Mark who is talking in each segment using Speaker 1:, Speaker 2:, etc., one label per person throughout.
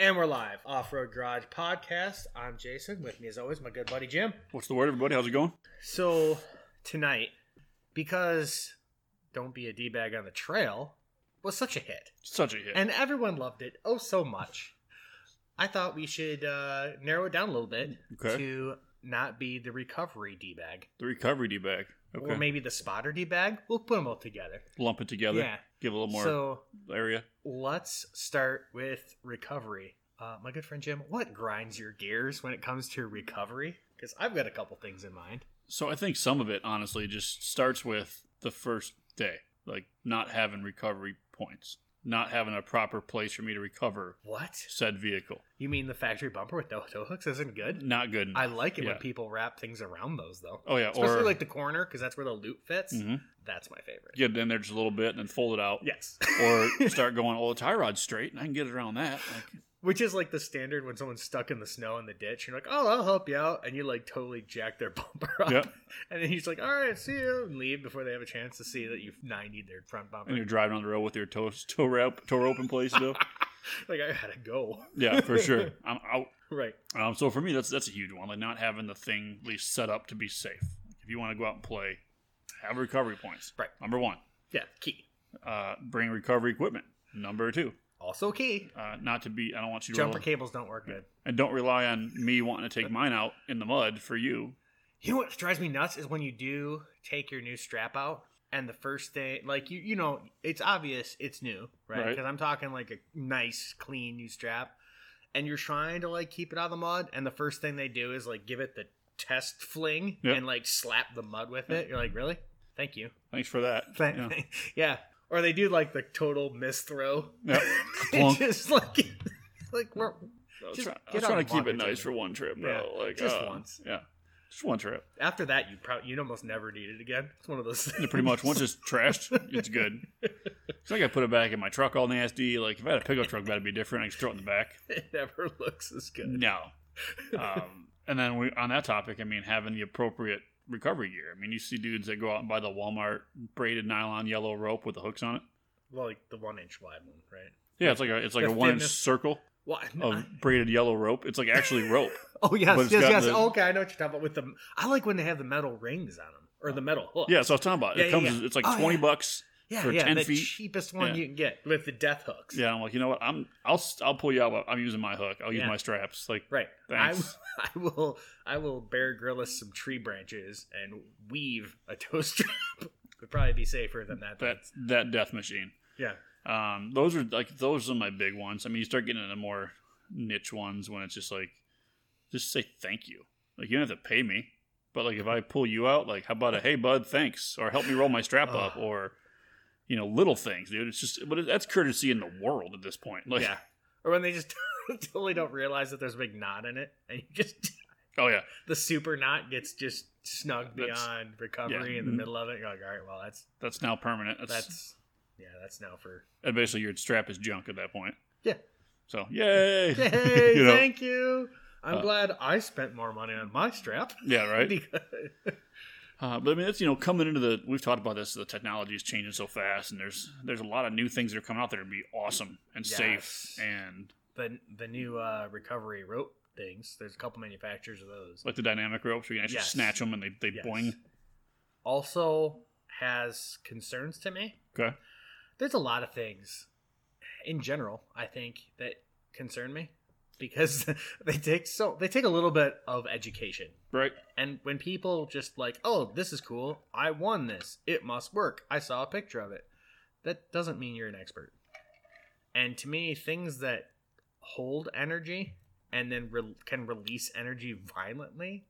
Speaker 1: And we're live, Off Road Garage Podcast. I'm Jason. With me, as always, my good buddy Jim.
Speaker 2: What's the word, everybody? How's it going?
Speaker 1: So, tonight, because Don't Be a D Bag on the Trail was such a hit,
Speaker 2: Such a hit.
Speaker 1: and everyone loved it oh so much, I thought we should uh, narrow it down a little bit
Speaker 2: Okay.
Speaker 1: to not be the recovery D Bag,
Speaker 2: the recovery D bag. Okay.
Speaker 1: or maybe the spotter D Bag. We'll put them both together.
Speaker 2: Lump it together.
Speaker 1: Yeah.
Speaker 2: Give it a little more
Speaker 1: So,
Speaker 2: area.
Speaker 1: let's start with recovery. Uh, my good friend Jim, what grinds your gears when it comes to recovery? Because I've got a couple things in mind.
Speaker 2: So I think some of it, honestly, just starts with the first day, like not having recovery points, not having a proper place for me to recover
Speaker 1: What?
Speaker 2: said vehicle.
Speaker 1: You mean the factory bumper with no toe hooks isn't good?
Speaker 2: Not good.
Speaker 1: I like it when
Speaker 2: Yeah.
Speaker 1: people wrap things around those, though.
Speaker 2: oh yeah.
Speaker 1: Especially
Speaker 2: or
Speaker 1: like the corner, because that's where the loop fits.
Speaker 2: Mhm.
Speaker 1: That's my favorite.
Speaker 2: get it in there just a little bit and then fold it out.
Speaker 1: Yes.
Speaker 2: or start going, oh, the tie rod's straight, and I can get it around that. Like,
Speaker 1: Which is like the standard when someone's stuck in the snow in the ditch. You're like, oh, I'll help you out. And you like totally jack their bumper up.
Speaker 2: Yep.
Speaker 1: And then he's like, all right, see you. And leave before they have a chance to see that you've 90 their front bumper.
Speaker 2: and you're driving on the road with your toe toe rope toe rope in place still.
Speaker 1: like I gotta go.
Speaker 2: yeah, for sure. I'm out.
Speaker 1: Right.
Speaker 2: Um, so for me, that's that's a huge one. Like not having the thing at least set up to be safe. If you want to go out and play, have recovery points.
Speaker 1: Right.
Speaker 2: Number one,
Speaker 1: Yeah. Key.
Speaker 2: uh, bring recovery equipment. Number two,
Speaker 1: Also key.
Speaker 2: uh, not to be. I don't want you to
Speaker 1: Jumper
Speaker 2: rely-
Speaker 1: cables don't work good.
Speaker 2: and don't rely on me wanting to take mine out in the mud for you.
Speaker 1: You know what drives me nuts is when you do take your new strap out and the first thing like you you know, it's obvious it's new, right?
Speaker 2: Right.
Speaker 1: Because I'm talking like a nice, clean new strap. And you're trying to like keep it out of the mud, and the first thing they do is like give it the test fling
Speaker 2: Yep.
Speaker 1: and like slap the mud with it. You're like, really? Thank you.
Speaker 2: Thanks for that.
Speaker 1: Thank-
Speaker 2: Yeah.
Speaker 1: yeah. Or they do like the total miss throw.
Speaker 2: Yeah.
Speaker 1: It's
Speaker 2: Plunk.
Speaker 1: just like, like we're
Speaker 2: I was,
Speaker 1: Just
Speaker 2: try- I
Speaker 1: get
Speaker 2: was
Speaker 1: out
Speaker 2: trying
Speaker 1: and
Speaker 2: to keep
Speaker 1: walk
Speaker 2: it
Speaker 1: each
Speaker 2: nice
Speaker 1: other.
Speaker 2: for one trip,
Speaker 1: Yeah,
Speaker 2: bro. Like
Speaker 1: just
Speaker 2: uh,
Speaker 1: once.
Speaker 2: Yeah, just one trip.
Speaker 1: after that you probably you'd almost never need it again. It's one of those things.
Speaker 2: Pretty much once it's trashed, it's good. It's like I put it back in my truck all nasty. Like if I had a pickup truck, that'd be different. I could throw it in the back.
Speaker 1: it never looks as good.
Speaker 2: No. Um, and then we on that topic, I mean, having the appropriate recovery gear. I mean, you see dudes that go out and buy the Walmart braided nylon yellow rope with the hooks on it.
Speaker 1: Well, like the one inch wide one, right?
Speaker 2: Yeah, it's like a it's like
Speaker 1: The
Speaker 2: a one inch
Speaker 1: thinnest-
Speaker 2: circle
Speaker 1: Well, I-
Speaker 2: of braided yellow rope. It's like actually rope.
Speaker 1: oh yes,
Speaker 2: Oh, but it's
Speaker 1: yes,
Speaker 2: got
Speaker 1: yes.
Speaker 2: the-
Speaker 1: Oh, okay, I know what you're talking about. With the I like when they have the metal rings on them or the metal hook.
Speaker 2: Yeah, so I was talking about.
Speaker 1: Yeah,
Speaker 2: it
Speaker 1: yeah,
Speaker 2: comes.
Speaker 1: yeah.
Speaker 2: It's like
Speaker 1: Oh,
Speaker 2: twenty
Speaker 1: yeah.
Speaker 2: bucks.
Speaker 1: yeah,
Speaker 2: for
Speaker 1: yeah.
Speaker 2: 10
Speaker 1: the
Speaker 2: feet.
Speaker 1: cheapest one
Speaker 2: Yeah.
Speaker 1: you can get with the death hooks.
Speaker 2: Yeah, I'm like, you know what? I'm I'll I'll pull you out. I'm using my hook. I'll use
Speaker 1: Yeah.
Speaker 2: my straps. Like
Speaker 1: Right.
Speaker 2: Thanks.
Speaker 1: I, I will. I will bear grill us some tree branches and weave a toe strap. Would probably be safer than that.
Speaker 2: that that death machine.
Speaker 1: Yeah.
Speaker 2: Um, those are like those are my big ones. I mean, you start getting into more niche ones when it's just like, just say thank you. Like you don't have to pay me, but like if I pull you out, like how about a hey bud, thanks, or help me roll my strap up,
Speaker 1: Ugh.
Speaker 2: or you know little things, dude. It's just but it, that's courtesy in the world at this point. Like,
Speaker 1: yeah. Or when they just totally don't realize that there's a big knot in it, and you just
Speaker 2: oh yeah,
Speaker 1: the super knot gets just snugged
Speaker 2: That's-
Speaker 1: beyond recovery
Speaker 2: yeah.
Speaker 1: in the
Speaker 2: Mhm.
Speaker 1: middle of it. You're like, all right, well, that's
Speaker 2: that's now permanent. That's,
Speaker 1: that's yeah, that's now for
Speaker 2: and basically your strap is junk at that point.
Speaker 1: Yeah.
Speaker 2: So yay,
Speaker 1: hey,
Speaker 2: You know?
Speaker 1: thank you. I'm
Speaker 2: Uh,
Speaker 1: glad I spent more money on my strap.
Speaker 2: yeah, right.
Speaker 1: Because,
Speaker 2: Uh, but I mean, it's you know coming into the we've talked about this. The technology is changing so fast, and there's there's a lot of new things that are coming out that are be awesome and
Speaker 1: Yes.
Speaker 2: safe, and
Speaker 1: the the new uh, recovery rope things. There's a couple manufacturers of those.
Speaker 2: like the dynamic ropes, where you can actually
Speaker 1: Yes.
Speaker 2: snatch them and they they
Speaker 1: Yes.
Speaker 2: boing.
Speaker 1: Also has concerns to me.
Speaker 2: Okay,
Speaker 1: there's a lot of things in general i think that concern me because they take so they take a little bit of education
Speaker 2: right?
Speaker 1: and when people just like oh this is cool i won this it must work i saw a picture of it that doesn't mean you're an expert and to me things that hold energy and then re- can release energy violently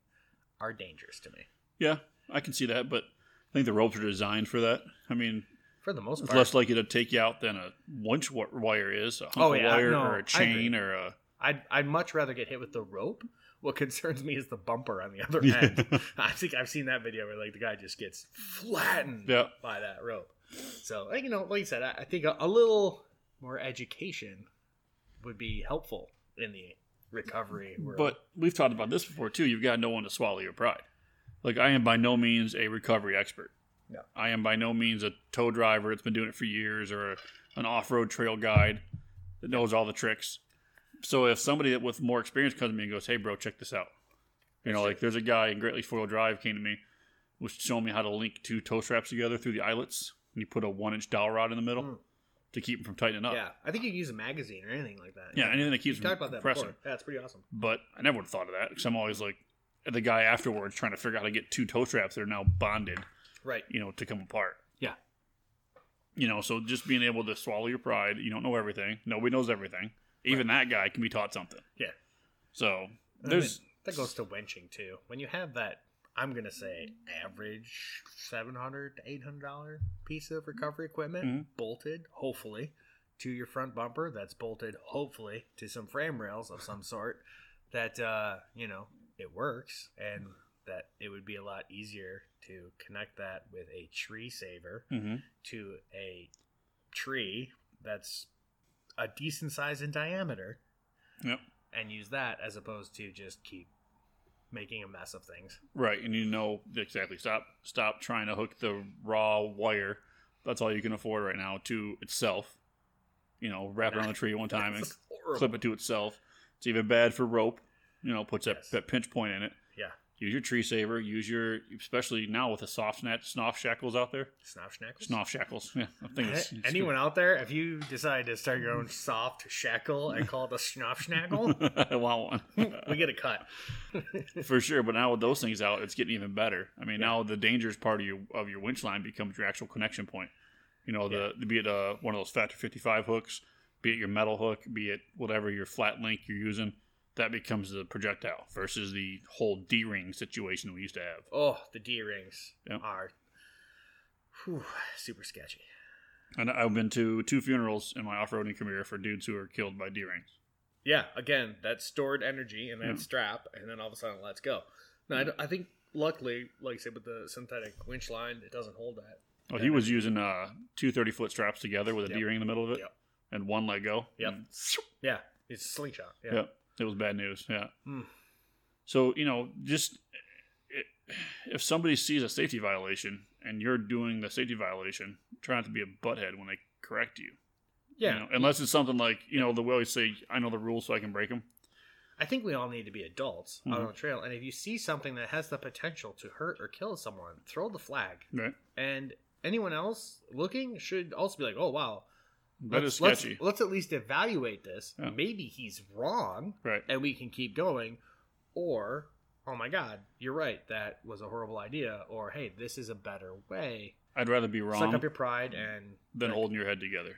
Speaker 1: are dangerous to me
Speaker 2: Yeah, I can see that, but I think the ropes are designed for that. I mean,
Speaker 1: for the most
Speaker 2: it's
Speaker 1: part
Speaker 2: less likely to take you out than a winch wa- wire is, a hunk
Speaker 1: Oh,
Speaker 2: of
Speaker 1: yeah,
Speaker 2: wire
Speaker 1: no, I
Speaker 2: or
Speaker 1: agree.
Speaker 2: a chain or a
Speaker 1: I'd, I'd much rather get hit with the rope. What concerns me is the bumper on the other
Speaker 2: Yeah.
Speaker 1: end. I think I've seen that video where like the guy just gets flattened
Speaker 2: yeah.
Speaker 1: by that rope. So like, you know, like you said, I, I think a, a little more education would be helpful in the recovery world.
Speaker 2: But we've talked about this before too. You've got no one to swallow your pride. Like I am by no means a recovery expert.
Speaker 1: No.
Speaker 2: I am by no means a tow driver that's been doing it for years or an off-road trail guide that knows all the tricks. So if somebody that with more experience comes to me and goes, "Hey, bro, check this out," you know, like there's a guy in Great Lakes Four Wheel Drive came to me, was showing me how to link two toe straps together through the eyelets, and you put a one inch dowel rod in the middle
Speaker 1: Mm.
Speaker 2: to keep them from tightening up.
Speaker 1: Yeah, I think you can use a magazine or anything like that.
Speaker 2: Yeah, anything that
Speaker 1: we
Speaker 2: keeps them
Speaker 1: talked about that
Speaker 2: compressing.
Speaker 1: before. Yeah, it's pretty awesome.
Speaker 2: But I never would have thought of that because I'm always like the guy afterwards trying to figure out how to get two toe straps that are now bonded,
Speaker 1: Right.
Speaker 2: you know, to come apart.
Speaker 1: Yeah.
Speaker 2: You know, so just being able to swallow your pride. You don't know everything. Nobody knows everything. Even that guy can be taught something.
Speaker 1: Yeah.
Speaker 2: So
Speaker 1: I
Speaker 2: there's
Speaker 1: mean, that goes to wenching too. When you have that, I'm gonna say average seven hundred to eight hundred dollar piece of recovery equipment
Speaker 2: Mhm.
Speaker 1: bolted, hopefully, to your front bumper. That's bolted, hopefully, to some frame rails of some sort. That uh, you know it works, and that it would be a lot easier to connect that with a tree saver
Speaker 2: hmm
Speaker 1: to a tree that's a decent size in diameter
Speaker 2: Yep.
Speaker 1: and use that as opposed to just keep making a mess of things.
Speaker 2: Right, and you know exactly. Stop, stop trying to hook the raw wire. That's all you can afford right now to itself. You know, wrap it around the tree one time and
Speaker 1: It's horrible.
Speaker 2: clip it to itself. It's even bad for rope. You know, puts that,
Speaker 1: Yes.
Speaker 2: that pinch point in it.
Speaker 1: Yeah.
Speaker 2: Use your tree saver. Use your, especially now with the soft snap, snoff shackles out there.
Speaker 1: Snoff schnackles.
Speaker 2: Snoff shackles. Yeah, I think it's, it's
Speaker 1: Anyone out there, if you decide to start your own soft shackle and call it a schnoff schnackle,
Speaker 2: I want one.
Speaker 1: we get a cut.
Speaker 2: for sure. But now with those things out, it's getting even better. I mean, now the dangerous part of your of your winch line becomes your actual connection point. You know, the be it uh, one of those Factor 55 hooks, be it your metal hook, be it whatever your flat link you're using, that becomes the projectile versus the whole D ring situation we used to have.
Speaker 1: Oh, the D rings
Speaker 2: Yep.
Speaker 1: are whew, super sketchy.
Speaker 2: And I've been to two funerals in my off roading career for dudes who were killed by D rings.
Speaker 1: Yeah, again, that stored energy and that
Speaker 2: Yeah.
Speaker 1: strap, and then all of a sudden it lets go. Now, I, don't- I think luckily, like I said, with the synthetic winch line, it doesn't hold that.
Speaker 2: Well, he was using uh, two 30 foot straps together with a
Speaker 1: Yep.
Speaker 2: D ring in the middle of it
Speaker 1: Yep.
Speaker 2: and one let go.
Speaker 1: Yep.
Speaker 2: And
Speaker 1: Yeah, it's a slingshot. Yeah.
Speaker 2: Yep. It was bad news. Yeah.
Speaker 1: Hmm.
Speaker 2: So, you know, just it, if somebody sees a safety violation and you're doing the safety violation, try not to be a butthead when they correct you. you
Speaker 1: Yeah.
Speaker 2: know, unless it's something like, you know, the way always say, I know the rules so I can break them.
Speaker 1: I think we all need to be adults out
Speaker 2: Mhm.
Speaker 1: on the trail. And if you see something that has the potential to hurt or kill someone, throw the flag.
Speaker 2: Right.
Speaker 1: And anyone else looking should also be like, oh, wow.
Speaker 2: That is
Speaker 1: let's-
Speaker 2: sketchy.
Speaker 1: Let's, at least evaluate this.
Speaker 2: Yeah.
Speaker 1: Maybe he's wrong
Speaker 2: Right.
Speaker 1: and we can keep going. Or, oh my God, you're right. That was a horrible idea. Or, hey, this is a better way.
Speaker 2: I'd rather be
Speaker 1: Suck
Speaker 2: wrong
Speaker 1: up your pride and.
Speaker 2: than
Speaker 1: like,
Speaker 2: holding your head together.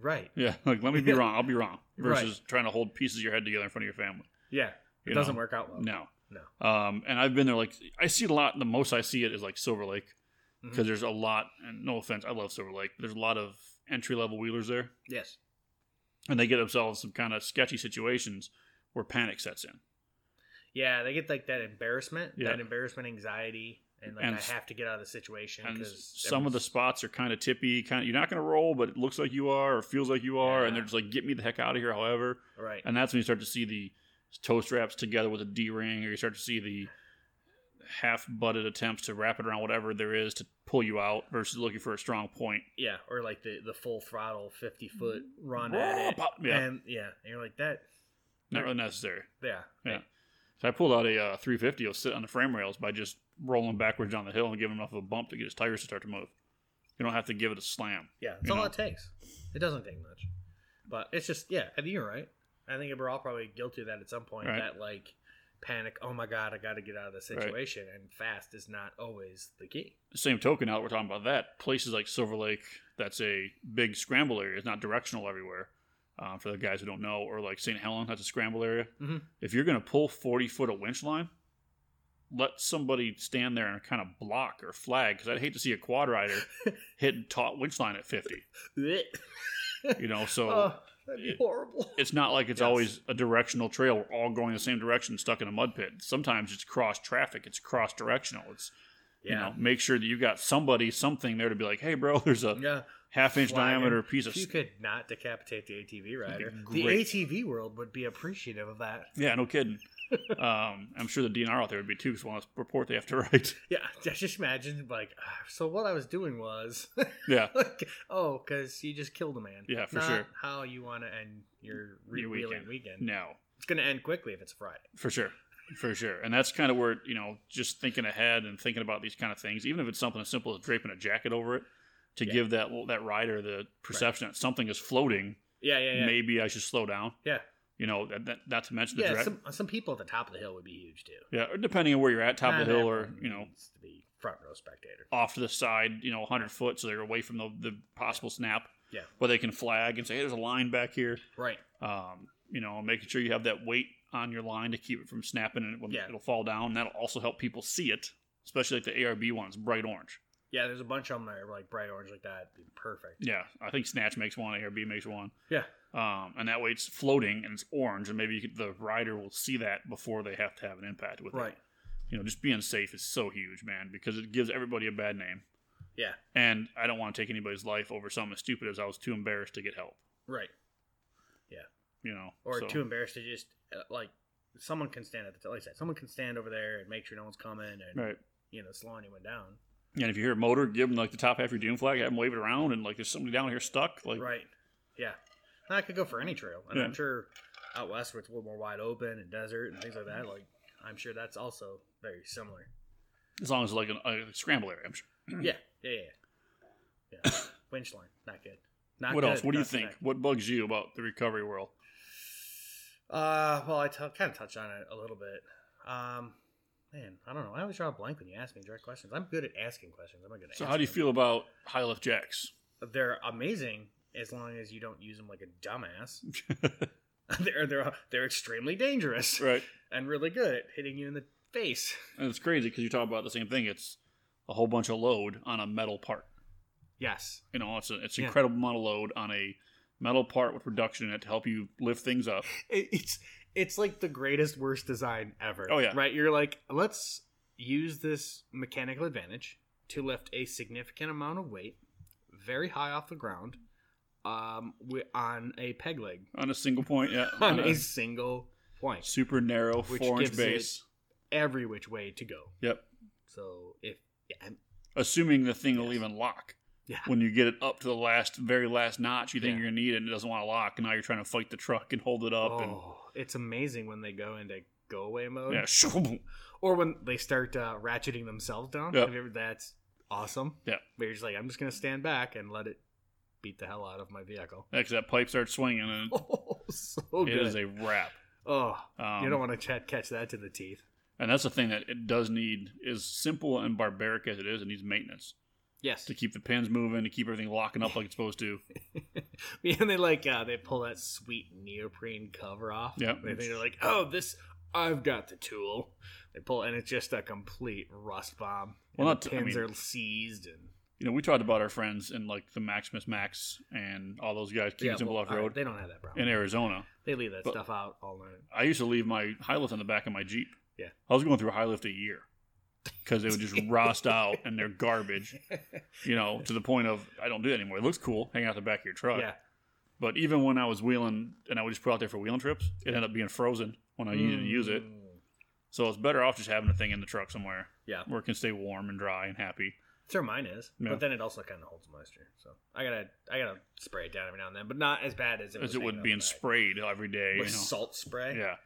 Speaker 1: Right.
Speaker 2: Yeah. Like, let me be
Speaker 1: Yeah.
Speaker 2: wrong. I'll be wrong.
Speaker 1: Right.
Speaker 2: Versus trying to hold pieces of your head together in front of your family.
Speaker 1: Yeah. It
Speaker 2: You
Speaker 1: doesn't
Speaker 2: know?
Speaker 1: work out well.
Speaker 2: No.
Speaker 1: No.
Speaker 2: Um, and I've been there. Like I see it a lot. The most I see it is like Silver Lake, because
Speaker 1: Mhm.
Speaker 2: there's a lot. And no offense, I love Silver Lake. But there's a lot of entry level wheelers there,
Speaker 1: Yes.
Speaker 2: and they get themselves some kind of sketchy situations where panic sets in.
Speaker 1: Yeah, they get like that embarrassment,
Speaker 2: Yeah.
Speaker 1: that embarrassment anxiety, and like
Speaker 2: And
Speaker 1: I
Speaker 2: s-
Speaker 1: have to get out of the situation
Speaker 2: And
Speaker 1: because
Speaker 2: some of the spots are kind of tippy. Kind of you're not going to roll, but it looks like you are, or feels like you are. And
Speaker 1: Yeah.
Speaker 2: they're just like, get me the heck out of here. However,
Speaker 1: right.
Speaker 2: and that's when you start to see the toe straps together with a D ring, or you start to see the half butted attempts to wrap it around whatever there is to pull you out versus looking for a strong point.
Speaker 1: yeah, or like the the full throttle fifty foot run
Speaker 2: Whoa,
Speaker 1: at it,
Speaker 2: pop- yeah.
Speaker 1: and yeah, and you're like that.
Speaker 2: Not really necessary.
Speaker 1: Yeah,
Speaker 2: Yeah. So I pulled out a uh, 350. I'll sit on the frame rails by just rolling backwards down the hill and giving enough of a bump to get his tires to start to move. You don't have to give it a slam.
Speaker 1: yeah, that's
Speaker 2: You
Speaker 1: all
Speaker 2: know.
Speaker 1: it takes. It doesn't take much, but it's just yeah. I think you're right. I think we're all probably guilty of that at some point.
Speaker 2: Right.
Speaker 1: That like panic. Oh my god, I got to get out of the
Speaker 2: Right.
Speaker 1: situation, and fast is not always the key.
Speaker 2: Same token, now that we're talking about that, places like Silver Lake, that's a big scramble area. It's not directional everywhere. Um, for the guys who don't know, or like St. Helen, that's a scramble area.
Speaker 1: Mhm.
Speaker 2: If you're going to pull 40 foot of winch line, let somebody stand there and kind of block or flag because I'd hate to see a quad rider hitting taut winch line at 50. You know, so
Speaker 1: oh, that'd be
Speaker 2: it-
Speaker 1: horrible.
Speaker 2: it's not like it's
Speaker 1: Yes.
Speaker 2: always a directional trail. We're all going the same direction, stuck in a mud pit. Sometimes it's cross traffic. It's cross directional. It's you know, make sure that you got somebody, something there to be like, hey, bro, there's a
Speaker 1: yeah.
Speaker 2: half inch
Speaker 1: Flagging.
Speaker 2: diameter piece of
Speaker 1: If you
Speaker 2: s
Speaker 1: could not decapitate the ATV rider, the
Speaker 2: great.
Speaker 1: ATV world would be appreciative of that.
Speaker 2: yeah, no kidding. um, I'm sure the DNR out there would be too, because one less report they have to write.
Speaker 1: Yeah, I just imagine like, "Ah, so what I was doing was,
Speaker 2: yeah,
Speaker 1: like, oh, because you just killed a man.
Speaker 2: Yeah, for
Speaker 1: Not
Speaker 2: sure.
Speaker 1: How you want to end your, re-
Speaker 2: Your
Speaker 1: weekend.
Speaker 2: weekend.
Speaker 1: weekend?
Speaker 2: no,
Speaker 1: It's gonna end quickly if it's Friday.
Speaker 2: for sure, for sure. And that's kind of where you know, just thinking ahead and thinking about these kind of things, even if it's something as simple as draping a jacket over it, to
Speaker 1: Yeah.
Speaker 2: give that that rider the perception that something is floating.
Speaker 1: Yeah, yeah, yeah.
Speaker 2: Maybe I should slow down.
Speaker 1: Yeah.
Speaker 2: You know, that, that, not to mention the
Speaker 1: yeah,
Speaker 2: direct.
Speaker 1: some some people at the top of the hill would be huge too.
Speaker 2: yeah, or depending on where you're at, top of
Speaker 1: Not
Speaker 2: the hill, or
Speaker 1: everyone
Speaker 2: you know,
Speaker 1: needs to be front row spectator.
Speaker 2: off to the side, you know, 100 foot, so they're away from the, the possible snap.
Speaker 1: Yeah.
Speaker 2: Where they can flag and say, hey, there's a line back here.
Speaker 1: Right.
Speaker 2: Um, you know, making sure you have that weight on your line to keep it from snapping and it will,
Speaker 1: Yeah.
Speaker 2: it'll fall down. That'll also help people see it, especially like the ARB ones, bright orange.
Speaker 1: Yeah, there's a bunch of them that are like bright orange like that. It'd be perfect.
Speaker 2: Yeah. I think Snatch makes one, ARB makes one.
Speaker 1: Yeah.
Speaker 2: Um, and that way it's floating and it's orange, and maybe you could, the rider will see that before they have to have an impact with it.
Speaker 1: Right.
Speaker 2: you know, just being safe is so huge, man, because it gives everybody a bad name.
Speaker 1: Yeah.
Speaker 2: And I don't want to take anybody's life over something as stupid as I was too embarrassed to get help.
Speaker 1: Right.
Speaker 2: You know,
Speaker 1: Or
Speaker 2: So,
Speaker 1: too embarrassed to just uh, like someone can stand at the t- like I said, someone can stand over there and make sure no one's coming and
Speaker 2: right.
Speaker 1: you know slowing anyone down.
Speaker 2: And if you hear a motor, give them like the top half of your doom flag, have them wave it around, and like there's somebody down here stuck. Like,
Speaker 1: right. Yeah. And I could go for any trail. And
Speaker 2: Yeah.
Speaker 1: I'm sure out west where it's a little more wide open and desert and things like that, like I'm sure that's also very similar.
Speaker 2: as long as like an, a scramble area, I'm sure.
Speaker 1: yeah. Yeah, yeah, yeah. Yeah. Winch line, not good. Not
Speaker 2: what
Speaker 1: good.
Speaker 2: else? What do you
Speaker 1: Not
Speaker 2: think?
Speaker 1: good.
Speaker 2: What bugs you about the recovery world?
Speaker 1: Uh, well, I kind of touched on it a little bit. Um, man, I don't know. I always draw a blank when you ask me direct questions. I'm good at asking questions. I'm not good at.
Speaker 2: So, how do you
Speaker 1: answering
Speaker 2: feel about high lift jacks?
Speaker 1: them. They're amazing as long as you don't use them like a dumbass. they're they're they're extremely dangerous
Speaker 2: right.
Speaker 1: and really good at hitting you in the face.
Speaker 2: And it's crazy because you talk about the same thing. It's a whole bunch of load on a metal part.
Speaker 1: Yes.
Speaker 2: You know, it's, a, it's
Speaker 1: Yeah.
Speaker 2: incredible amount of load on a metal part with reduction in it to help you lift things up.
Speaker 1: it, it's it's like the greatest worst design ever.
Speaker 2: Oh, yeah.
Speaker 1: right. You're like, let's use this mechanical advantage to lift a significant amount of weight, very high off the ground, um, wi- on a peg leg
Speaker 2: On a single point, yeah.
Speaker 1: on
Speaker 2: on
Speaker 1: a
Speaker 2: a
Speaker 1: single point,
Speaker 2: super narrow
Speaker 1: Which
Speaker 2: four inch
Speaker 1: gives it-
Speaker 2: base.
Speaker 1: every which way to go.
Speaker 2: Yep.
Speaker 1: So if yeah, I'm-
Speaker 2: Assuming the thing will
Speaker 1: Yes.
Speaker 2: even lock.
Speaker 1: Yeah.
Speaker 2: When you get it up to the last, very last notch, you think
Speaker 1: Yeah.
Speaker 2: you're gonna need it, and it doesn't want to lock, and now you're trying to fight the truck and hold it up,
Speaker 1: oh, it's amazing when they go into go away mode,
Speaker 2: and yeah, shoo,
Speaker 1: or when they start uh, ratcheting themselves down.
Speaker 2: Yeah.
Speaker 1: Have you ever, that's awesome.
Speaker 2: Yeah.
Speaker 1: Where you're just like, I'm just gonna stand back and let it beat the hell out of my vehicle.
Speaker 2: because that pipe starts swinging, and
Speaker 1: Oh, so
Speaker 2: it
Speaker 1: good.
Speaker 2: is a wrap.
Speaker 1: oh,
Speaker 2: Um,
Speaker 1: you don't want to ch- catch that to the teeth.
Speaker 2: and that's the thing that it does need, as simple and barbaric as it is, it needs maintenance
Speaker 1: Yes.
Speaker 2: to keep the pins moving, to keep everything locking up like it's supposed to.
Speaker 1: and they like uh, they pull that sweet neoprene cover off.
Speaker 2: Yeah.
Speaker 1: They think they're like, oh, this. I've got the tool. They pull, and it's just a complete rust bomb. and
Speaker 2: Well, not
Speaker 1: the
Speaker 2: to- I
Speaker 1: pins
Speaker 2: mean-
Speaker 1: are seized, and
Speaker 2: you know, we talked about our friends in like the Maximus Max and all those guys, Kings and
Speaker 1: well,
Speaker 2: Bluff
Speaker 1: all right,
Speaker 2: Road
Speaker 1: They don't have that problem.
Speaker 2: in Arizona.
Speaker 1: they leave that
Speaker 2: but-
Speaker 1: stuff out all night.
Speaker 2: I used to leave my high lift in the back of my Jeep.
Speaker 1: Yeah.
Speaker 2: I was going through a high lift a year because they would just rust out and they're garbage, you know, to the point of I don't do that anymore. It looks cool hanging out the back of your truck.
Speaker 1: yeah.
Speaker 2: But even when I was wheeling and I would just put it out there for wheeling trips, it ended up being frozen when I needed to Oh, use it.
Speaker 1: Mm.
Speaker 2: So it's better off just having a thing in the truck somewhere
Speaker 1: Yeah.
Speaker 2: where it can stay warm and dry and happy.
Speaker 1: Sure, mine is.
Speaker 2: Yeah.
Speaker 1: But then it also kind of holds moisture. So I gotta, I gotta spray it down every now and then, but not as bad as it,
Speaker 2: As
Speaker 1: was
Speaker 2: it
Speaker 1: hanging
Speaker 2: would
Speaker 1: out
Speaker 2: be
Speaker 1: the
Speaker 2: in
Speaker 1: back.
Speaker 2: sprayed every day.
Speaker 1: with
Speaker 2: you know.
Speaker 1: salt spray.
Speaker 2: Yeah.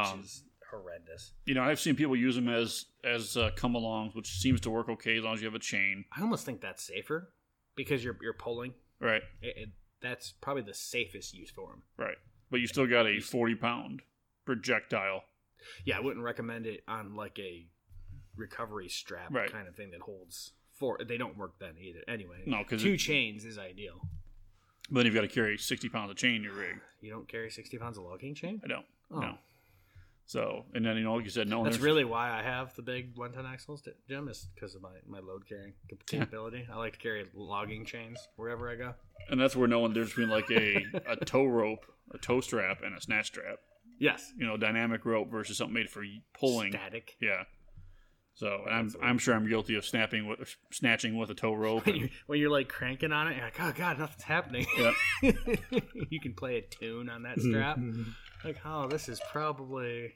Speaker 1: which
Speaker 2: Um,
Speaker 1: is horrendous.
Speaker 2: you know, I've seen people use them as as uh, come alongs, which seems to work okay as long as you have a chain,
Speaker 1: I almost think that's safer because you're you're pulling.
Speaker 2: right?
Speaker 1: It, it, that's probably the safest use for them.
Speaker 2: Right. But you still got a forty pound projectile,
Speaker 1: Yeah, I wouldn't recommend it on like a recovery strap
Speaker 2: Right.
Speaker 1: kind of thing that holds four. They don't work then either. Anyway,
Speaker 2: no? Because
Speaker 1: two chains is ideal.
Speaker 2: then you've got to carry sixty pounds of chain in your rig.
Speaker 1: You don't carry sixty pounds of logging chain.
Speaker 2: I don't.
Speaker 1: Oh.
Speaker 2: No. So and then you know, like you said, no.
Speaker 1: That's
Speaker 2: there's-
Speaker 1: really why I have the big one ton axles, to- Jim, is because of my, my load carrying cap- capability. I like to carry logging chains wherever I go.
Speaker 2: and that's where knowing the difference between like a a tow rope, a tow strap, and a snatch strap.
Speaker 1: Yes.
Speaker 2: You know, dynamic rope versus something made for pulling.
Speaker 1: Static.
Speaker 2: Yeah. So and I'm
Speaker 1: That's what-
Speaker 2: I'm sure I'm guilty of snapping with snatching with a tow rope.
Speaker 1: When
Speaker 2: and-
Speaker 1: you're, when you're like cranking on it, you're like, oh God, nothing's happening.
Speaker 2: Yep.
Speaker 1: you can play a tune on that strap. like, oh, this is probably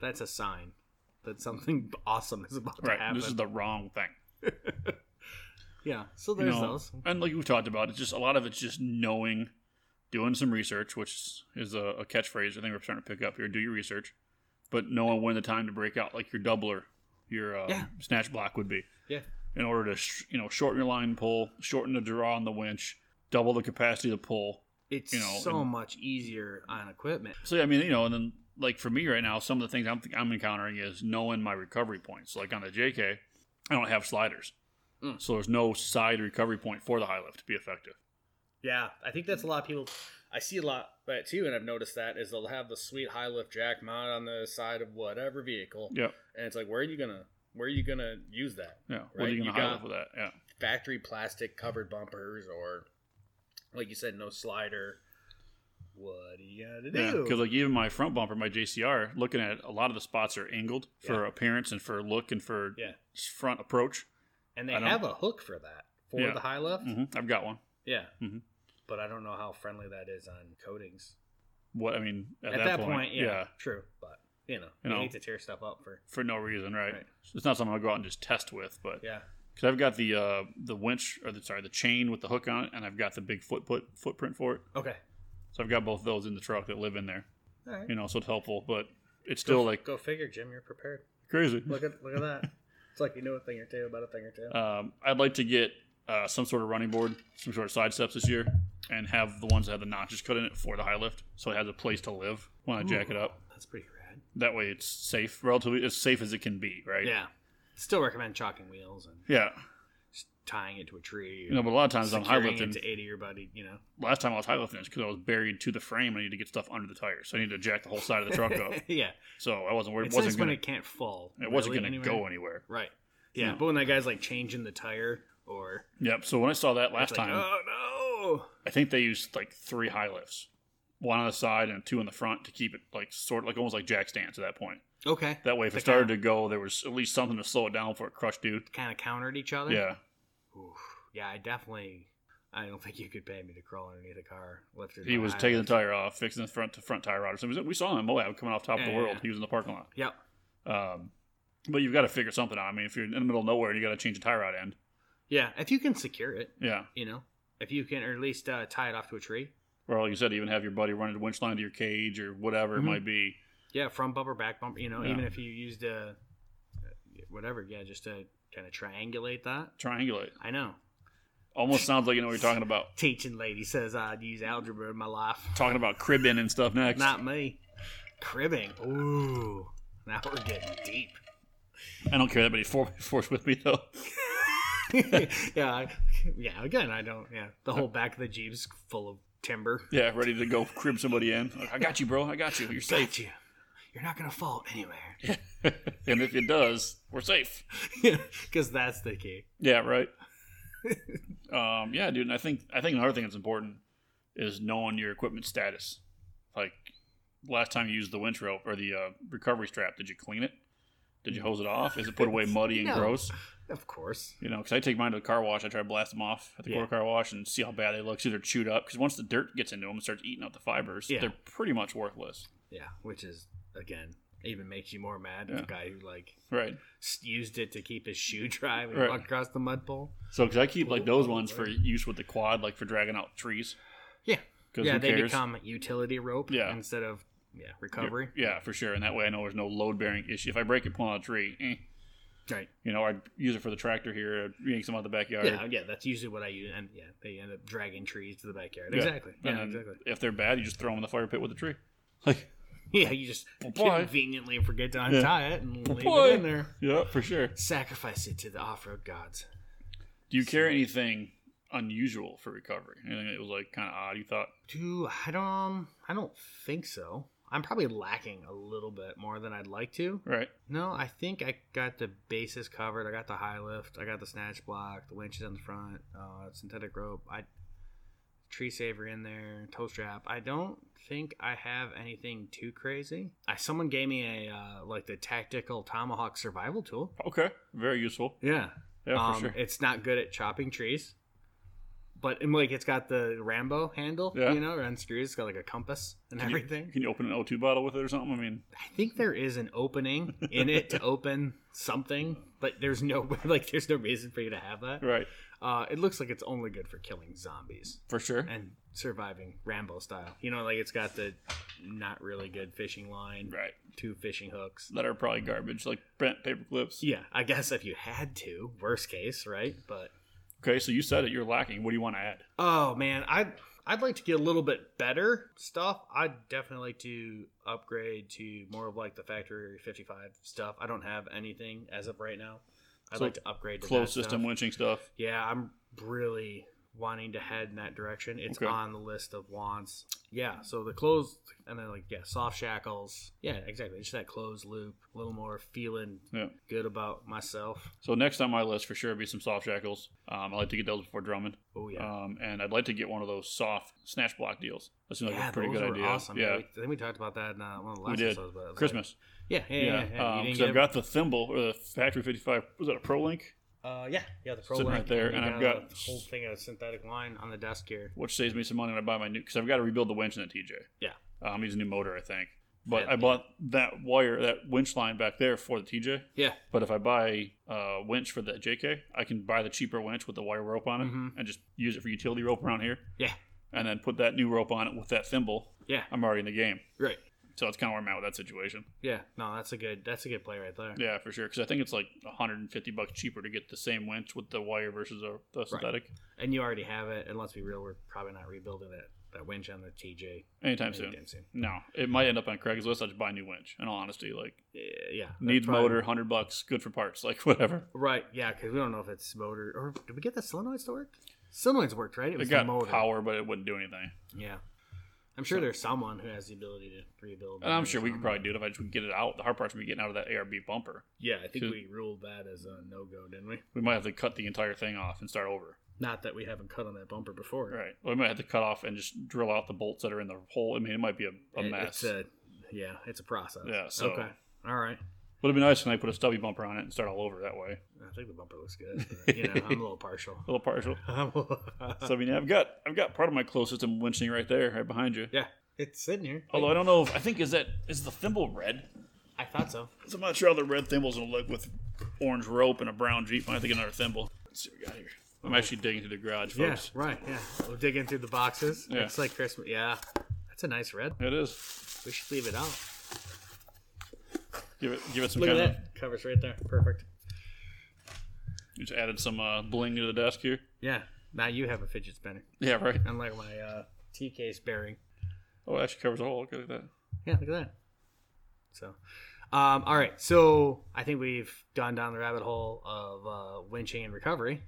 Speaker 1: that's a sign that something awesome is about to
Speaker 2: Right.
Speaker 1: happen.
Speaker 2: This is the wrong thing.
Speaker 1: yeah. So
Speaker 2: you
Speaker 1: there's
Speaker 2: know,
Speaker 1: those.
Speaker 2: And like we've talked about, it's just a lot of it's just knowing, doing some research, which is a, a catchphrase I think we're starting to pick up here. Do your research, but knowing when the time to break out, like your doubler, your um,
Speaker 1: Yeah.
Speaker 2: snatch block would be.
Speaker 1: Yeah.
Speaker 2: In order to sh- you know shorten your line pull, shorten the draw on the winch, double the capacity to pull.
Speaker 1: It's
Speaker 2: you know,
Speaker 1: so
Speaker 2: and-
Speaker 1: much easier on equipment.
Speaker 2: So yeah, I mean you know, and then like for me right now, some of the things I'm I'm encountering is knowing my recovery points. Like on the JK, I don't have sliders.
Speaker 1: Mm.
Speaker 2: So there's no side recovery point for the high lift to be effective.
Speaker 1: Yeah, I think that's a lot of people. I see a lot of that too, and I've noticed that is they'll have the sweet high lift jack mounted on the side of whatever vehicle,
Speaker 2: Yeah,
Speaker 1: and it's like, where are you gonna, where are you gonna use that?
Speaker 2: yeah. What are
Speaker 1: Right,
Speaker 2: you
Speaker 1: you
Speaker 2: gonna high
Speaker 1: got-
Speaker 2: lift with that? Yeah.
Speaker 1: Factory plastic covered bumpers, or like you said, no slider. What are you gonna
Speaker 2: Yeah,
Speaker 1: do?
Speaker 2: because like even my front bumper, my JCR, looking at it, a lot of the spots are angled for appearance and for look and for
Speaker 1: Yeah.
Speaker 2: s- front approach.
Speaker 1: and they
Speaker 2: I don't-
Speaker 1: have a hook for that for
Speaker 2: Yeah.
Speaker 1: the high lift.
Speaker 2: hmm I've got one.
Speaker 1: Yeah,
Speaker 2: Mhm.
Speaker 1: but I don't know how friendly that is on coatings.
Speaker 2: What I mean at,
Speaker 1: At, that, point, yeah,
Speaker 2: yeah,
Speaker 1: true, but you know, you,
Speaker 2: You know.
Speaker 1: need to tear stuff up for
Speaker 2: for no reason, right?
Speaker 1: Right.
Speaker 2: It's not something I'll go out and just test with, but
Speaker 1: yeah,
Speaker 2: because I've got the uh, the winch or the sorry the chain with the hook on it, and I've got the big foot put footprint for it.
Speaker 1: okay,
Speaker 2: So I've got both of those in the truck that live in there.
Speaker 1: all right.
Speaker 2: You know, so it's helpful, but it's still like
Speaker 1: Go figure, Jim. You're prepared.
Speaker 2: crazy.
Speaker 1: Look at look at that. It's like you know a thing or two about a thing or two.
Speaker 2: Um, I'd like to get uh, some sort of running board, some sort of side steps this year, and have the ones that have the notches cut in it for the high lift, so it has a place to live when I jack it up.
Speaker 1: That's pretty rad.
Speaker 2: That way, it's safe, relatively as safe as it can be, right?
Speaker 1: Yeah. Still recommend chalking wheels and
Speaker 2: Yeah.
Speaker 1: just tying it to a tree.
Speaker 2: You know, but a lot of times I'm high
Speaker 1: securing
Speaker 2: lifting.
Speaker 1: it to eighty or buddy. You know.
Speaker 2: Last time I was high lifting is because I was buried to the frame. and I need to get stuff under the tires. So I need to jack the whole side of the truck up.
Speaker 1: yeah.
Speaker 2: So I wasn't worried.
Speaker 1: It's
Speaker 2: wasn't
Speaker 1: nice when
Speaker 2: gonna.
Speaker 1: it can't fall.
Speaker 2: it wasn't
Speaker 1: really
Speaker 2: gonna
Speaker 1: anywhere.
Speaker 2: go anywhere.
Speaker 1: Right. Yeah.
Speaker 2: No.
Speaker 1: But when that guy's like changing the tire or
Speaker 2: Yep. So when I saw that last
Speaker 1: it's like,
Speaker 2: time,
Speaker 1: oh
Speaker 2: I think they used like three high lifts, one on the side and two in the front to keep it like sort of like almost like jack stance at that point.
Speaker 1: no. Okay.
Speaker 2: That way, if it
Speaker 1: Like
Speaker 2: started
Speaker 1: a-
Speaker 2: to go, there was at least something to slow it down for a crush, dude.
Speaker 1: Kind of countered each other.
Speaker 2: Yeah,
Speaker 1: Oof. Yeah. I definitely. I don't think you could pay me to crawl underneath a car lifted.
Speaker 2: he
Speaker 1: by
Speaker 2: was
Speaker 1: high
Speaker 2: taking the
Speaker 1: lift.
Speaker 2: tire off, fixing the front to front tire rod or something. We saw him in Moab coming off top of
Speaker 1: Yeah,
Speaker 2: the
Speaker 1: yeah,
Speaker 2: world.
Speaker 1: yeah.
Speaker 2: He was in the parking lot.
Speaker 1: Yep.
Speaker 2: Um, but you've got to figure something out. I mean, if you're in the middle of nowhere and you got to change a tire rod end,
Speaker 1: Yeah. If you can secure it.
Speaker 2: yeah.
Speaker 1: you know if you can or at least uh, tie it off to a tree
Speaker 2: Or like you said, even have your buddy run a winch line to your cage or whatever
Speaker 1: Mhm.
Speaker 2: it might be.
Speaker 1: yeah front bumper back bumper you know
Speaker 2: Yeah.
Speaker 1: even if you used a whatever yeah just to kind of triangulate that
Speaker 2: Triangulate.
Speaker 1: i know
Speaker 2: Almost sounds like you know what you're talking about.
Speaker 1: teaching lady says i'd use algebra in my life
Speaker 2: Talking about cribbing and stuff next.
Speaker 1: not me cribbing ooh now we're getting deep
Speaker 2: I don't care that many four force with me though.
Speaker 1: yeah I- yeah again i don't yeah the whole back of the jeep's full of timber
Speaker 2: Yeah, ready to go crib somebody in. Like, I got you, bro. I got you. You're safe.
Speaker 1: Got you you're not gonna fall anywhere
Speaker 2: and if it does, we're safe.
Speaker 1: because that's the key
Speaker 2: Yeah, right. um, yeah, dude. And I think I think another thing that's important is knowing your equipment status. Like last time you used the winch rope or the uh, recovery strap, did you clean it? Did you hose it off? Is it put away muddy and
Speaker 1: No.
Speaker 2: gross?
Speaker 1: of course
Speaker 2: You know, because I take mine to the car wash. I try to blast them off at the
Speaker 1: Yeah.
Speaker 2: car car wash and see how bad they look. See if they're chewed up. Because once the dirt gets into them and starts eating up the fibers,
Speaker 1: Yeah.
Speaker 2: they're pretty much worthless.
Speaker 1: Yeah, which is again even makes you more mad at
Speaker 2: Yeah.
Speaker 1: the guy who like
Speaker 2: Right.
Speaker 1: s- used it to keep his shoe dry when
Speaker 2: Right.
Speaker 1: he walked across the mud pole.
Speaker 2: So, because I keep like those ones for use with the quad, like for dragging out trees.
Speaker 1: Yeah,
Speaker 2: 'Cause
Speaker 1: yeah,
Speaker 2: who
Speaker 1: they
Speaker 2: cares?
Speaker 1: become utility rope
Speaker 2: Yeah.
Speaker 1: instead of yeah recovery.
Speaker 2: Yeah, for sure. And that way I know there's no load bearing issue. If I break it pulling out a tree, eh,
Speaker 1: Right.
Speaker 2: you know, I'd use it for the tractor here, I'd yank some out the backyard.
Speaker 1: Yeah, yeah, that's usually what I use, and yeah, they end up dragging trees to the backyard.
Speaker 2: Yeah.
Speaker 1: Exactly. Yeah,
Speaker 2: And then
Speaker 1: exactly.
Speaker 2: If they're bad, you just throw them in the fire pit with a tree. Like,
Speaker 1: Yeah, you just
Speaker 2: Bye-bye.
Speaker 1: conveniently forget to untie it and leave
Speaker 2: Bye-bye.
Speaker 1: it in there.
Speaker 2: yeah, for sure.
Speaker 1: Sacrifice it to the off-road gods.
Speaker 2: Do you carry anything unusual for recovery? Anything that was like kind of odd? You thought,
Speaker 1: Do I don't? Um, I don't think so. I'm probably lacking a little bit more than I'd like to.
Speaker 2: right?
Speaker 1: No, I think I got the bases covered. I got the high lift. I got the snatch block. The winches on the front. Uh, synthetic rope. I tree saver in there. Toe strap. I don't think I have anything too crazy. I someone gave me a uh, like the tactical tomahawk survival tool.
Speaker 2: Okay, very useful.
Speaker 1: Yeah,
Speaker 2: Yeah, for
Speaker 1: um,
Speaker 2: sure.
Speaker 1: it's not good at chopping trees, But and like it's got the Rambo handle,
Speaker 2: Yeah.
Speaker 1: you know, it unscrews. It's got like a compass and
Speaker 2: Can you-
Speaker 1: everything.
Speaker 2: Can you open an O2 bottle with it or something? I mean,
Speaker 1: I think there is an opening in it to open something, but there's no like there's no reason for you to have that.
Speaker 2: right.
Speaker 1: Uh, it looks like it's only good for killing zombies
Speaker 2: For sure.
Speaker 1: and surviving Rambo style. You know, like it's got the not really good fishing line,
Speaker 2: Right.
Speaker 1: two fishing hooks.
Speaker 2: That are probably garbage, like Brent paper clips.
Speaker 1: Yeah, I guess if you had to, worst case, right? But
Speaker 2: Okay, so you said it. You're lacking. What do you want to add?
Speaker 1: Oh man, I would I'd like to get a little bit better stuff. I'd definitely like to upgrade to more of like the factory 55 stuff. I don't have anything as of right now. I'd
Speaker 2: So,
Speaker 1: like to upgrade to
Speaker 2: Closed
Speaker 1: that stuff.
Speaker 2: system winching stuff.
Speaker 1: Yeah, I'm really wanting to head in that direction. It's
Speaker 2: Okay.
Speaker 1: on the list of wants. Yeah, so the closed and then like yeah, soft shackles. Yeah, exactly. Just that closed loop, a little more feeling
Speaker 2: Yeah.
Speaker 1: good about myself.
Speaker 2: So next on my list for sure would be some soft shackles. Um, I like to get those before drumming.
Speaker 1: Oh yeah.
Speaker 2: Um, and I'd like to get one of those soft snatch block deals. That seems like
Speaker 1: yeah,
Speaker 2: a pretty
Speaker 1: those
Speaker 2: good
Speaker 1: were
Speaker 2: idea.
Speaker 1: awesome.
Speaker 2: Yeah,
Speaker 1: we, I think we talked about that in uh, one of the
Speaker 2: We
Speaker 1: last
Speaker 2: did.
Speaker 1: episodes. But it was like-
Speaker 2: Christmas.
Speaker 1: yeah, yeah,
Speaker 2: yeah,
Speaker 1: yeah. yeah.
Speaker 2: Um,
Speaker 1: you didn't
Speaker 2: 'cause
Speaker 1: get
Speaker 2: I've got the thimble or the Factory 55. Was that a Pro Link?
Speaker 1: uh, yeah, yeah, the pro
Speaker 2: sitting right
Speaker 1: Link,
Speaker 2: there,
Speaker 1: you
Speaker 2: and I've got-
Speaker 1: a whole thing of synthetic line on the desk here.
Speaker 2: which saves me some money when I buy my new because I've got to rebuild the winch in the TJ.
Speaker 1: Yeah.
Speaker 2: um, needs a new motor, I think. But
Speaker 1: Yeah.
Speaker 2: I bought that wire, that winch line back there for the TJ.
Speaker 1: Yeah.
Speaker 2: But if I buy a winch for the JK, I can buy the cheaper winch with the wire rope on it
Speaker 1: Mhm.
Speaker 2: and just use it for utility rope around here.
Speaker 1: Yeah.
Speaker 2: And then put that new rope on it with that thimble.
Speaker 1: Yeah.
Speaker 2: I'm already in the game.
Speaker 1: Right.
Speaker 2: So that's kind of where I'm at with that situation.
Speaker 1: Yeah. No, that's a good. That's a good play right there.
Speaker 2: Yeah, for sure. Because I think it's like 150 bucks cheaper to get the same winch with the wire versus a, the synthetic
Speaker 1: And you already have it. And let's be real, we're probably not rebuilding that that winch on the TJ
Speaker 2: anytime soon.
Speaker 1: anytime soon.
Speaker 2: No, it might end up on Craigslist. I just buy a new winch. In all honesty, like
Speaker 1: Yeah, yeah.
Speaker 2: needs
Speaker 1: that's probably-
Speaker 2: motor, hundred bucks, good for parts, like whatever.
Speaker 1: Right. Yeah, because we don't know if it's motor or did we get the solenoids to work? Solenoids worked, right? It
Speaker 2: It
Speaker 1: was
Speaker 2: got
Speaker 1: the motor.
Speaker 2: power, but it wouldn't do anything.
Speaker 1: Yeah. I'm sure
Speaker 2: So-
Speaker 1: there's someone who has the ability to rebuild.
Speaker 2: And
Speaker 1: that
Speaker 2: I'm
Speaker 1: or
Speaker 2: sure we could
Speaker 1: something.
Speaker 2: probably do it if I just would get it out. The hard part's me getting out of that ARB bumper.
Speaker 1: Yeah, I think
Speaker 2: Should-
Speaker 1: we ruled that as a no go, didn't we?
Speaker 2: We might have to cut the entire thing off and start over.
Speaker 1: Not that we haven't cut on that bumper before.
Speaker 2: Right. We might have to cut off and just drill out the bolts that are in the hole. I mean, it might be a, a
Speaker 1: It-
Speaker 2: mess.
Speaker 1: It's a, yeah, it's a process.
Speaker 2: Yeah, so-
Speaker 1: okay, all right.
Speaker 2: Would have been nice when they put a stubby bumper on it and start all over that way.
Speaker 1: I think the bumper looks good. But, you know, I'm a little partial.
Speaker 2: A little partial.
Speaker 1: I'm a
Speaker 2: so
Speaker 1: little-
Speaker 2: I mean, I've got I've got part of my closed system winching right there, right behind you.
Speaker 1: yeah, it's sitting here.
Speaker 2: Although I don't know if I think is that is the thimble red.
Speaker 1: I thought so.
Speaker 2: So I'm not sure how the red thimble's gonna look with orange rope and a brown jeep. I think another thimble. Let's see what we got here. I'm actually digging through the garage, folks.
Speaker 1: Oh. Yeah, right. Yeah, we'll dig into the boxes.
Speaker 2: Yeah.
Speaker 1: It's like Christmas. Yeah, that's a nice red.
Speaker 2: It is.
Speaker 1: We should leave it out.
Speaker 2: Give it give it some
Speaker 1: Look at
Speaker 2: kind of
Speaker 1: that covers right there. Perfect.
Speaker 2: you just added some uh, bling to the desk here.
Speaker 1: Yeah. Now you have a fidget spinner,
Speaker 2: Yeah, right.
Speaker 1: unlike my uh, T case bearing.
Speaker 2: Oh it actually covers the whole look at that.
Speaker 1: Yeah, look at that. So, um, all right. So I think we've gone down the rabbit hole of uh, winching and recovery.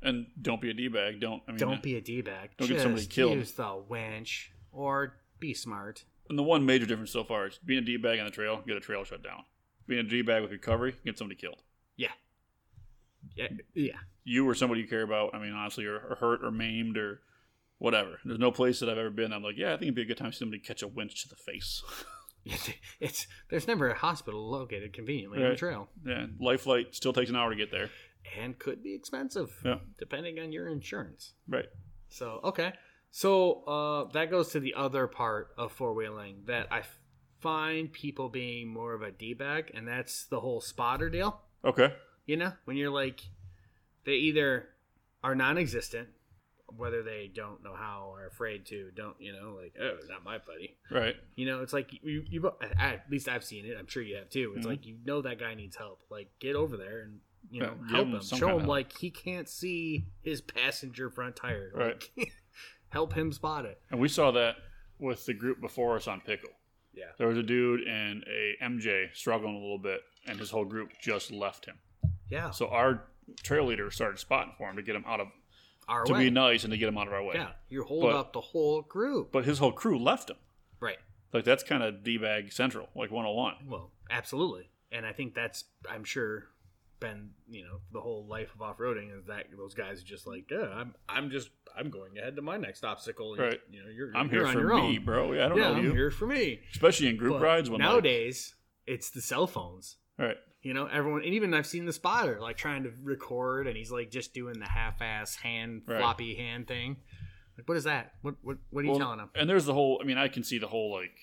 Speaker 2: And don't be a D bag. Don't I mean
Speaker 1: Don't be a d bag.
Speaker 2: Don't get somebody killed.
Speaker 1: Use the winch or be smart.
Speaker 2: and the one major difference so far is being a D bag on the trail, get a trail shut down. Being a D bag with recovery, get somebody killed.
Speaker 1: Yeah, yeah.
Speaker 2: You or somebody you care about, I mean honestly, or, or hurt or maimed or whatever. There's no place that I've ever been. I'm like, yeah, I think it'd be a good time for somebody to catch a winch to the face.
Speaker 1: It's there's never a hospital located conveniently on the
Speaker 2: Right.
Speaker 1: trail,
Speaker 2: Yeah, life flight still takes an hour to get there.
Speaker 1: and could be expensive
Speaker 2: Yeah.
Speaker 1: depending on your insurance.
Speaker 2: Right.
Speaker 1: So okay, so uh, that goes to the other part of four wheeling that I find people being more of a d bag, and that's the whole spotter deal.
Speaker 2: Okay.
Speaker 1: You know, when you're like, they either are non-existent, whether they don't know how or afraid to, don't you know, like oh, not my buddy.
Speaker 2: Right.
Speaker 1: You know, it's like you you at least I've seen it. I'm sure you have too. It's
Speaker 2: Mhm.
Speaker 1: like you know that guy needs help. Like get over there and you know
Speaker 2: Yeah, give
Speaker 1: help
Speaker 2: him
Speaker 1: him.
Speaker 2: some
Speaker 1: Show
Speaker 2: kinda
Speaker 1: him
Speaker 2: help.
Speaker 1: like he can't see his passenger front tire.
Speaker 2: Right.
Speaker 1: Like, help him spot it.
Speaker 2: And we saw that with the group before us on Pickle.
Speaker 1: Yeah.
Speaker 2: There was a dude in a MJ struggling a little bit, and his whole group just left him.
Speaker 1: Yeah.
Speaker 2: So our trail leader started spotting for him to get him out of
Speaker 1: Our
Speaker 2: to
Speaker 1: way.
Speaker 2: be nice and to get him out of our way.
Speaker 1: yeah. You hold
Speaker 2: But-
Speaker 1: up the whole group.
Speaker 2: But his whole crew left him.
Speaker 1: right.
Speaker 2: Like that's kind of d bag central, like 101.
Speaker 1: Well, absolutely. And I think that's I'm sure been you know the whole life of off roading is that those guys are just like yeah I'm I'm just I'm going ahead to my next obstacle. And,
Speaker 2: Right.
Speaker 1: You know you're
Speaker 2: I'm
Speaker 1: you're
Speaker 2: here
Speaker 1: on
Speaker 2: for
Speaker 1: your
Speaker 2: me,
Speaker 1: own.
Speaker 2: bro. Yeah, I don't
Speaker 1: Yeah,
Speaker 2: know
Speaker 1: I'm
Speaker 2: you.
Speaker 1: here for me.
Speaker 2: Especially in group
Speaker 1: But
Speaker 2: rides when like-
Speaker 1: nowadays it's the cell phones.
Speaker 2: right.
Speaker 1: You know, everyone, and even I've seen the spotter like trying to record, and he's like just doing the half-ass hand
Speaker 2: Right.
Speaker 1: floppy hand thing. Like, what is that? What what what are you
Speaker 2: Well,
Speaker 1: telling him?
Speaker 2: And there's the whole. I mean, I can see the whole like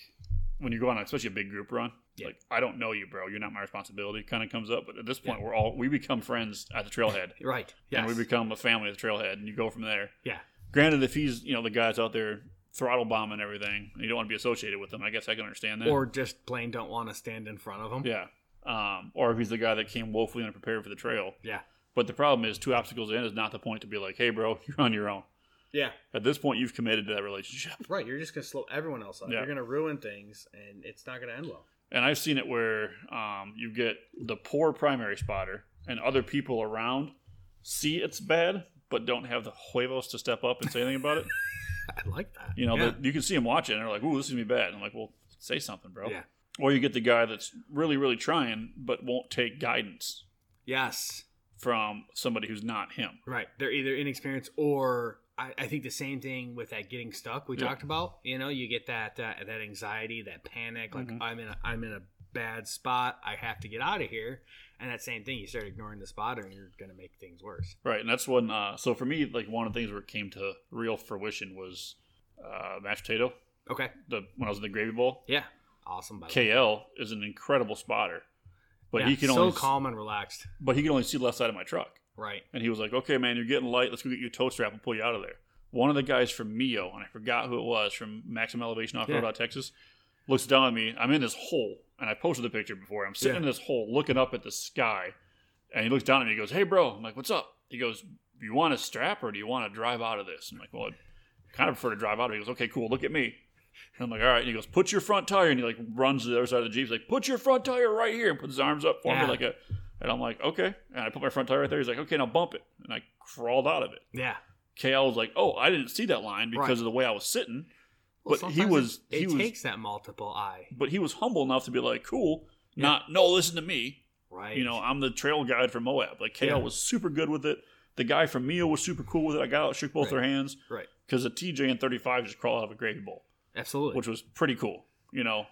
Speaker 2: when you go on, especially a big group run.
Speaker 1: Yeah.
Speaker 2: Like I don't know you, bro. You're not my responsibility. Kind of comes up, but at this point, we're all we become friends at the trailhead,
Speaker 1: Right. Yes.
Speaker 2: and we become a family at the trailhead, and you go from there.
Speaker 1: yeah.
Speaker 2: Granted, if he's you know the guy's out there throttle bombing everything, and you don't want to be associated with him. I guess I can understand that.
Speaker 1: Or just plain don't want to stand in front of him.
Speaker 2: uh, yeah, um, or if he's the guy that came woefully unprepared for the trail.
Speaker 1: Yeah.
Speaker 2: But the problem is, two obstacles in is not the point to be like, hey, bro, you're on your own.
Speaker 1: Yeah.
Speaker 2: At this point, you've committed to that relationship.
Speaker 1: Right. You're just gonna slow everyone else up.
Speaker 2: Yeah.
Speaker 1: You're gonna ruin things, and it's not gonna end well.
Speaker 2: And I've seen it where um, you get the poor primary spotter and other people around see it's bad, but don't have the huevos to step up and say anything about it.
Speaker 1: I like that.
Speaker 2: You know,
Speaker 1: Yeah.
Speaker 2: that you can see them watching and they're like, ooh, this is going to be bad. And I'm like, well, say something, bro.
Speaker 1: Yeah.
Speaker 2: Or you get the guy that's really, really trying, but won't take guidance
Speaker 1: Yes.
Speaker 2: from somebody who's not him.
Speaker 1: Right. They're either inexperienced or I, I think the same thing with that getting stuck we
Speaker 2: Yeah.
Speaker 1: talked about. You know, you get that uh, that anxiety, that panic, like
Speaker 2: Mhm.
Speaker 1: I'm in a, I'm in a bad spot. I have to get out of here. And that same thing, you start ignoring the spotter, and you're gonna make things worse.
Speaker 2: Right, and that's when. Uh, so for me, like one of the things where it came to real fruition was uh, mashed potato.
Speaker 1: Okay.
Speaker 2: The when I was in the Gravy Bowl,
Speaker 1: Yeah. Awesome. By the way.
Speaker 2: KL is an incredible spotter, but
Speaker 1: Yeah,
Speaker 2: he can
Speaker 1: so
Speaker 2: only
Speaker 1: calm and relaxed.
Speaker 2: but he can only see the left side of my truck.
Speaker 1: Right.
Speaker 2: And he was like, "Okay, man, you're getting light. Let's go get you a tow strap and pull you out of there." One of the guys from Mio, and I forgot who it was from Maximum Elevation Off Road
Speaker 1: Yeah.
Speaker 2: out of Texas, looks down at me. I'm in this hole, and I posted the picture before. I'm sitting
Speaker 1: Yeah.
Speaker 2: in this hole looking up at the sky, and he looks down at me. He goes, "Hey, bro." I'm like, "What's up?" He goes, "Do you want a strap or do you want to drive out of this?" I'm like, "Well, I kind of prefer to drive out." of it." He goes, "Okay, cool. Look at me." And I'm like, "All right." And he goes, "Put your front tire," and he like runs to the other side of the jeep. He's like, "Put your front tire right here," and puts his arms up for
Speaker 1: Yeah.
Speaker 2: me like a. And I'm like, "Okay." And I put my front tire right there. He's like, "Okay, now bump it." And I crawled out of it.
Speaker 1: Yeah.
Speaker 2: KL was like, "Oh, I didn't see that line because
Speaker 1: Right.
Speaker 2: of the way I was sitting."
Speaker 1: Well,
Speaker 2: But he
Speaker 1: sometimes
Speaker 2: was-
Speaker 1: It,
Speaker 2: he
Speaker 1: it
Speaker 2: was-
Speaker 1: takes that multiple eye.
Speaker 2: But he was humble enough to be like, "Cool."
Speaker 1: Yeah.
Speaker 2: Not no, listen to me.
Speaker 1: Right.
Speaker 2: You know, I'm the trail guide for Moab. Like KL
Speaker 1: Yeah.
Speaker 2: was super good with it. The guy from Mio was super cool with it. I got out, shook both
Speaker 1: Right.
Speaker 2: their hands
Speaker 1: Right.
Speaker 2: because the TJ and 35 just crawled out of a gravy bowl,
Speaker 1: Absolutely.
Speaker 2: which was pretty cool. You know,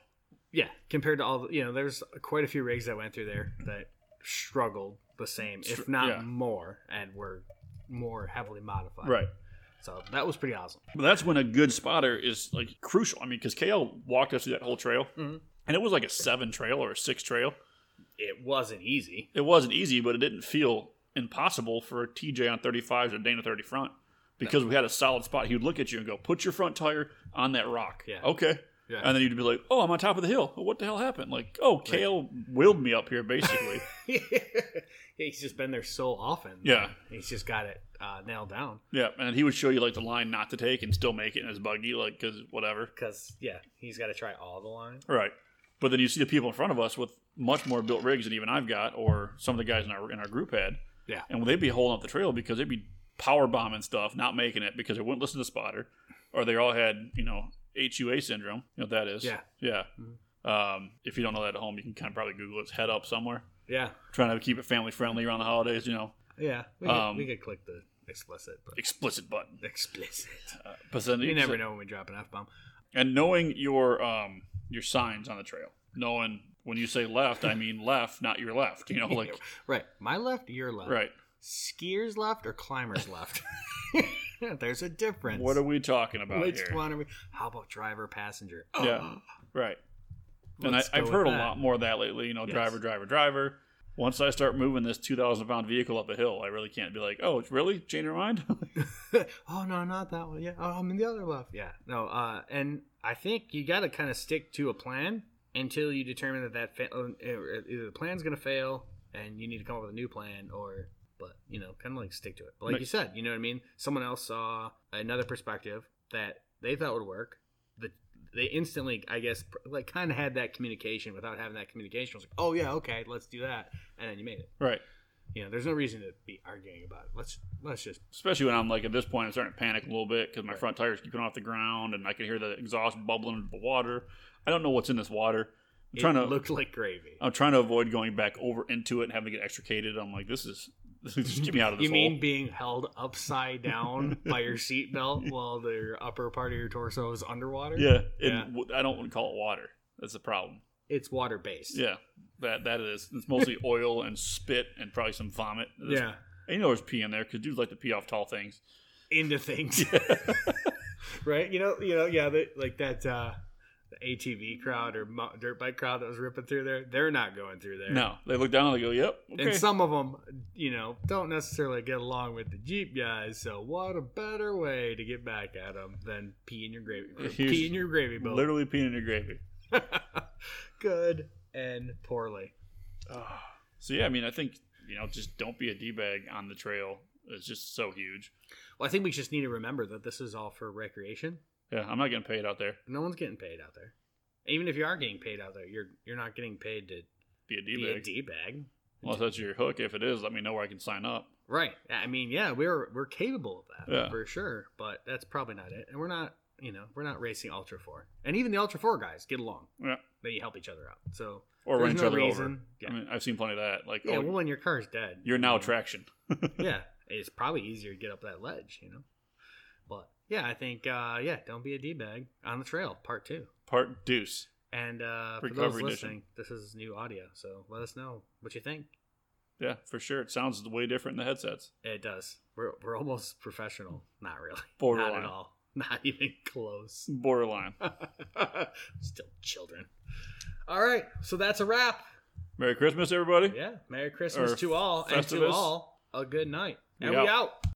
Speaker 1: Yeah, compared to all, the, you know, there's quite a few rigs that went through there that struggled the same, if
Speaker 2: Str-
Speaker 1: not
Speaker 2: yeah.
Speaker 1: more, and were more heavily modified.
Speaker 2: right?
Speaker 1: So that was pretty awesome.
Speaker 2: But that's when a good spotter is like crucial. I mean, because KL walked us through that whole trail,
Speaker 1: Mhm.
Speaker 2: and it was like a seven trail or a six trail.
Speaker 1: It wasn't easy.
Speaker 2: It wasn't easy, but it didn't feel impossible for a TJ on 35s or Dana 30 front because we had a solid spot. He would look at you and go, "Put your front tire on that rock."
Speaker 1: Yeah.
Speaker 2: Okay.
Speaker 1: Yeah.
Speaker 2: And then you'd be like, "Oh, I'm on top of the hill. What the hell happened?" Like, "Oh, Kale willed me up here, basically."
Speaker 1: He's just been there so often.
Speaker 2: yeah,
Speaker 1: He's just got it uh, nailed down
Speaker 2: yeah. And he would show you like the line not to take and still make it in his buggy, like because whatever.
Speaker 1: because, yeah, he's got to try all the lines.
Speaker 2: Right. But then you see the people in front of us with much more built rigs than even I've got, or some of the guys in our in our group had.
Speaker 1: Yeah.
Speaker 2: And they'd be holding up the trail because they'd be power bombing stuff, not making it because they wouldn't listen to the spotter, or they all had you know HUA syndrome. You know what that is.
Speaker 1: Yeah.
Speaker 2: Yeah. Um, if you don't know that at home, you can kind of probably Google it. It's head up somewhere.
Speaker 1: Yeah.
Speaker 2: Trying to keep it family friendly around the holidays. You know,
Speaker 1: Yeah. We could,
Speaker 2: Um,
Speaker 1: we could click the explicit, but
Speaker 2: explicit button.
Speaker 1: explicit.
Speaker 2: Uh, but then
Speaker 1: You never know when we drop an F bomb.
Speaker 2: and knowing your um your signs on the trail, knowing when you say left, I mean left, not your left. You know, like
Speaker 1: Right. My left, your left.
Speaker 2: right.
Speaker 1: skiers left or climbers left? There's a difference.
Speaker 2: What are we talking about
Speaker 1: Which
Speaker 2: here?
Speaker 1: one are we? How about driver passenger?
Speaker 2: Yeah. Right. And I,
Speaker 1: Let's go
Speaker 2: I've
Speaker 1: with
Speaker 2: heard a
Speaker 1: that.
Speaker 2: lot more of that lately. You know,
Speaker 1: Yes.
Speaker 2: driver, driver, driver. Once I start moving this two thousand pound vehicle up a hill, I really can't be like, oh, really? Change your mind?
Speaker 1: oh no, not that one. Yeah, oh, I'm in the other left. Yeah, no. Uh, and I think you got to kind of stick to a plan until you determine that that fa- uh, either the plan's going to fail and you need to come up with a new plan, or but you know, kind of like stick to it. But like
Speaker 2: Right.
Speaker 1: you said, you know what I mean. Someone else saw another perspective that they thought would work. The they instantly, I guess, pr- like kind of had that communication without having that communication. It was like, oh yeah, okay, let's do that, and then you made it.
Speaker 2: right.
Speaker 1: You know, there's no reason to be arguing about it. Let's let's just
Speaker 2: Especially when I'm like at this point, I'm starting to panic a little bit because my
Speaker 1: Right.
Speaker 2: front tire's keeping off the ground, and I can hear the exhaust bubbling into the water. I don't know what's in this water. I'm
Speaker 1: it
Speaker 2: trying to
Speaker 1: looked like gravy.
Speaker 2: I'm trying to avoid going back over into it and having to get extricated. I'm like, this is just get me out of this
Speaker 1: You mean
Speaker 2: hole.
Speaker 1: being held upside down by your seatbelt while the upper part of your torso is underwater?
Speaker 2: Yeah, and
Speaker 1: Yeah.
Speaker 2: w- I don't want to call it water. That's the problem.
Speaker 1: It's water based.
Speaker 2: Yeah, That that it is. It's mostly oil and spit and probably some vomit. There's-
Speaker 1: Yeah.
Speaker 2: and you know there's pee in there because dudes like to pee off tall things.
Speaker 1: Into things. right? You know, you know, yeah, they, like that uh the ATV crowd or mo- dirt bike crowd that was ripping through there, they're not going through there.
Speaker 2: No, they look down and they go, "Yep, okay."
Speaker 1: And some of them, you know, don't necessarily get along with the Jeep guys. So, what a better way to get back at them than pee in your gravy,
Speaker 2: Here's-
Speaker 1: pee in your gravy boat.
Speaker 2: Literally peeing in your gravy.
Speaker 1: Good and poorly.
Speaker 2: So yeah, I mean, I think you know, just don't be a d bag on the trail. It's just so huge.
Speaker 1: Well, I think we just need to remember that this is all for recreation.
Speaker 2: Yeah, I'm not getting paid out there.
Speaker 1: No one's getting paid out there. Even if you are getting paid out there, you're you're not getting paid to
Speaker 2: Be a
Speaker 1: be a
Speaker 2: d bag.
Speaker 1: d bag.
Speaker 2: Unless that's your hook. If it is, let me know where I can sign up.
Speaker 1: Right. I mean, yeah, we're we're capable of that
Speaker 2: Yeah.
Speaker 1: for sure, but that's probably not it. And we're not, you know, we're not racing Ultra Four, and even the Ultra Four guys get along.
Speaker 2: Yeah.
Speaker 1: They help each other out. So
Speaker 2: Or run
Speaker 1: there's
Speaker 2: each
Speaker 1: no
Speaker 2: other over.
Speaker 1: reason. Yeah.
Speaker 2: I mean, I've seen plenty of that. Like,
Speaker 1: yeah.
Speaker 2: oh,
Speaker 1: Well, when your car's dead,
Speaker 2: you're now
Speaker 1: trapped.
Speaker 2: traction.
Speaker 1: yeah, it's probably easier to get up that ledge, you know. But yeah, I think uh, yeah, don't be a d bag on the trail, part two.
Speaker 2: Part deuce.
Speaker 1: And uh, for those
Speaker 2: Recovery
Speaker 1: listening, this is new audio, so let us know what you think.
Speaker 2: Yeah, for sure. It sounds way different in the headsets.
Speaker 1: It does. We're we're almost professional. Not really.
Speaker 2: Borderline.
Speaker 1: Not at all. Not even close.
Speaker 2: Borderline.
Speaker 1: Still children. All right, so that's a wrap.
Speaker 2: Merry Christmas, everybody.
Speaker 1: Yeah, Merry Christmas
Speaker 2: Or
Speaker 1: to all, and to
Speaker 2: Festivus.
Speaker 1: all a good night. And
Speaker 2: We
Speaker 1: we
Speaker 2: out.
Speaker 1: out.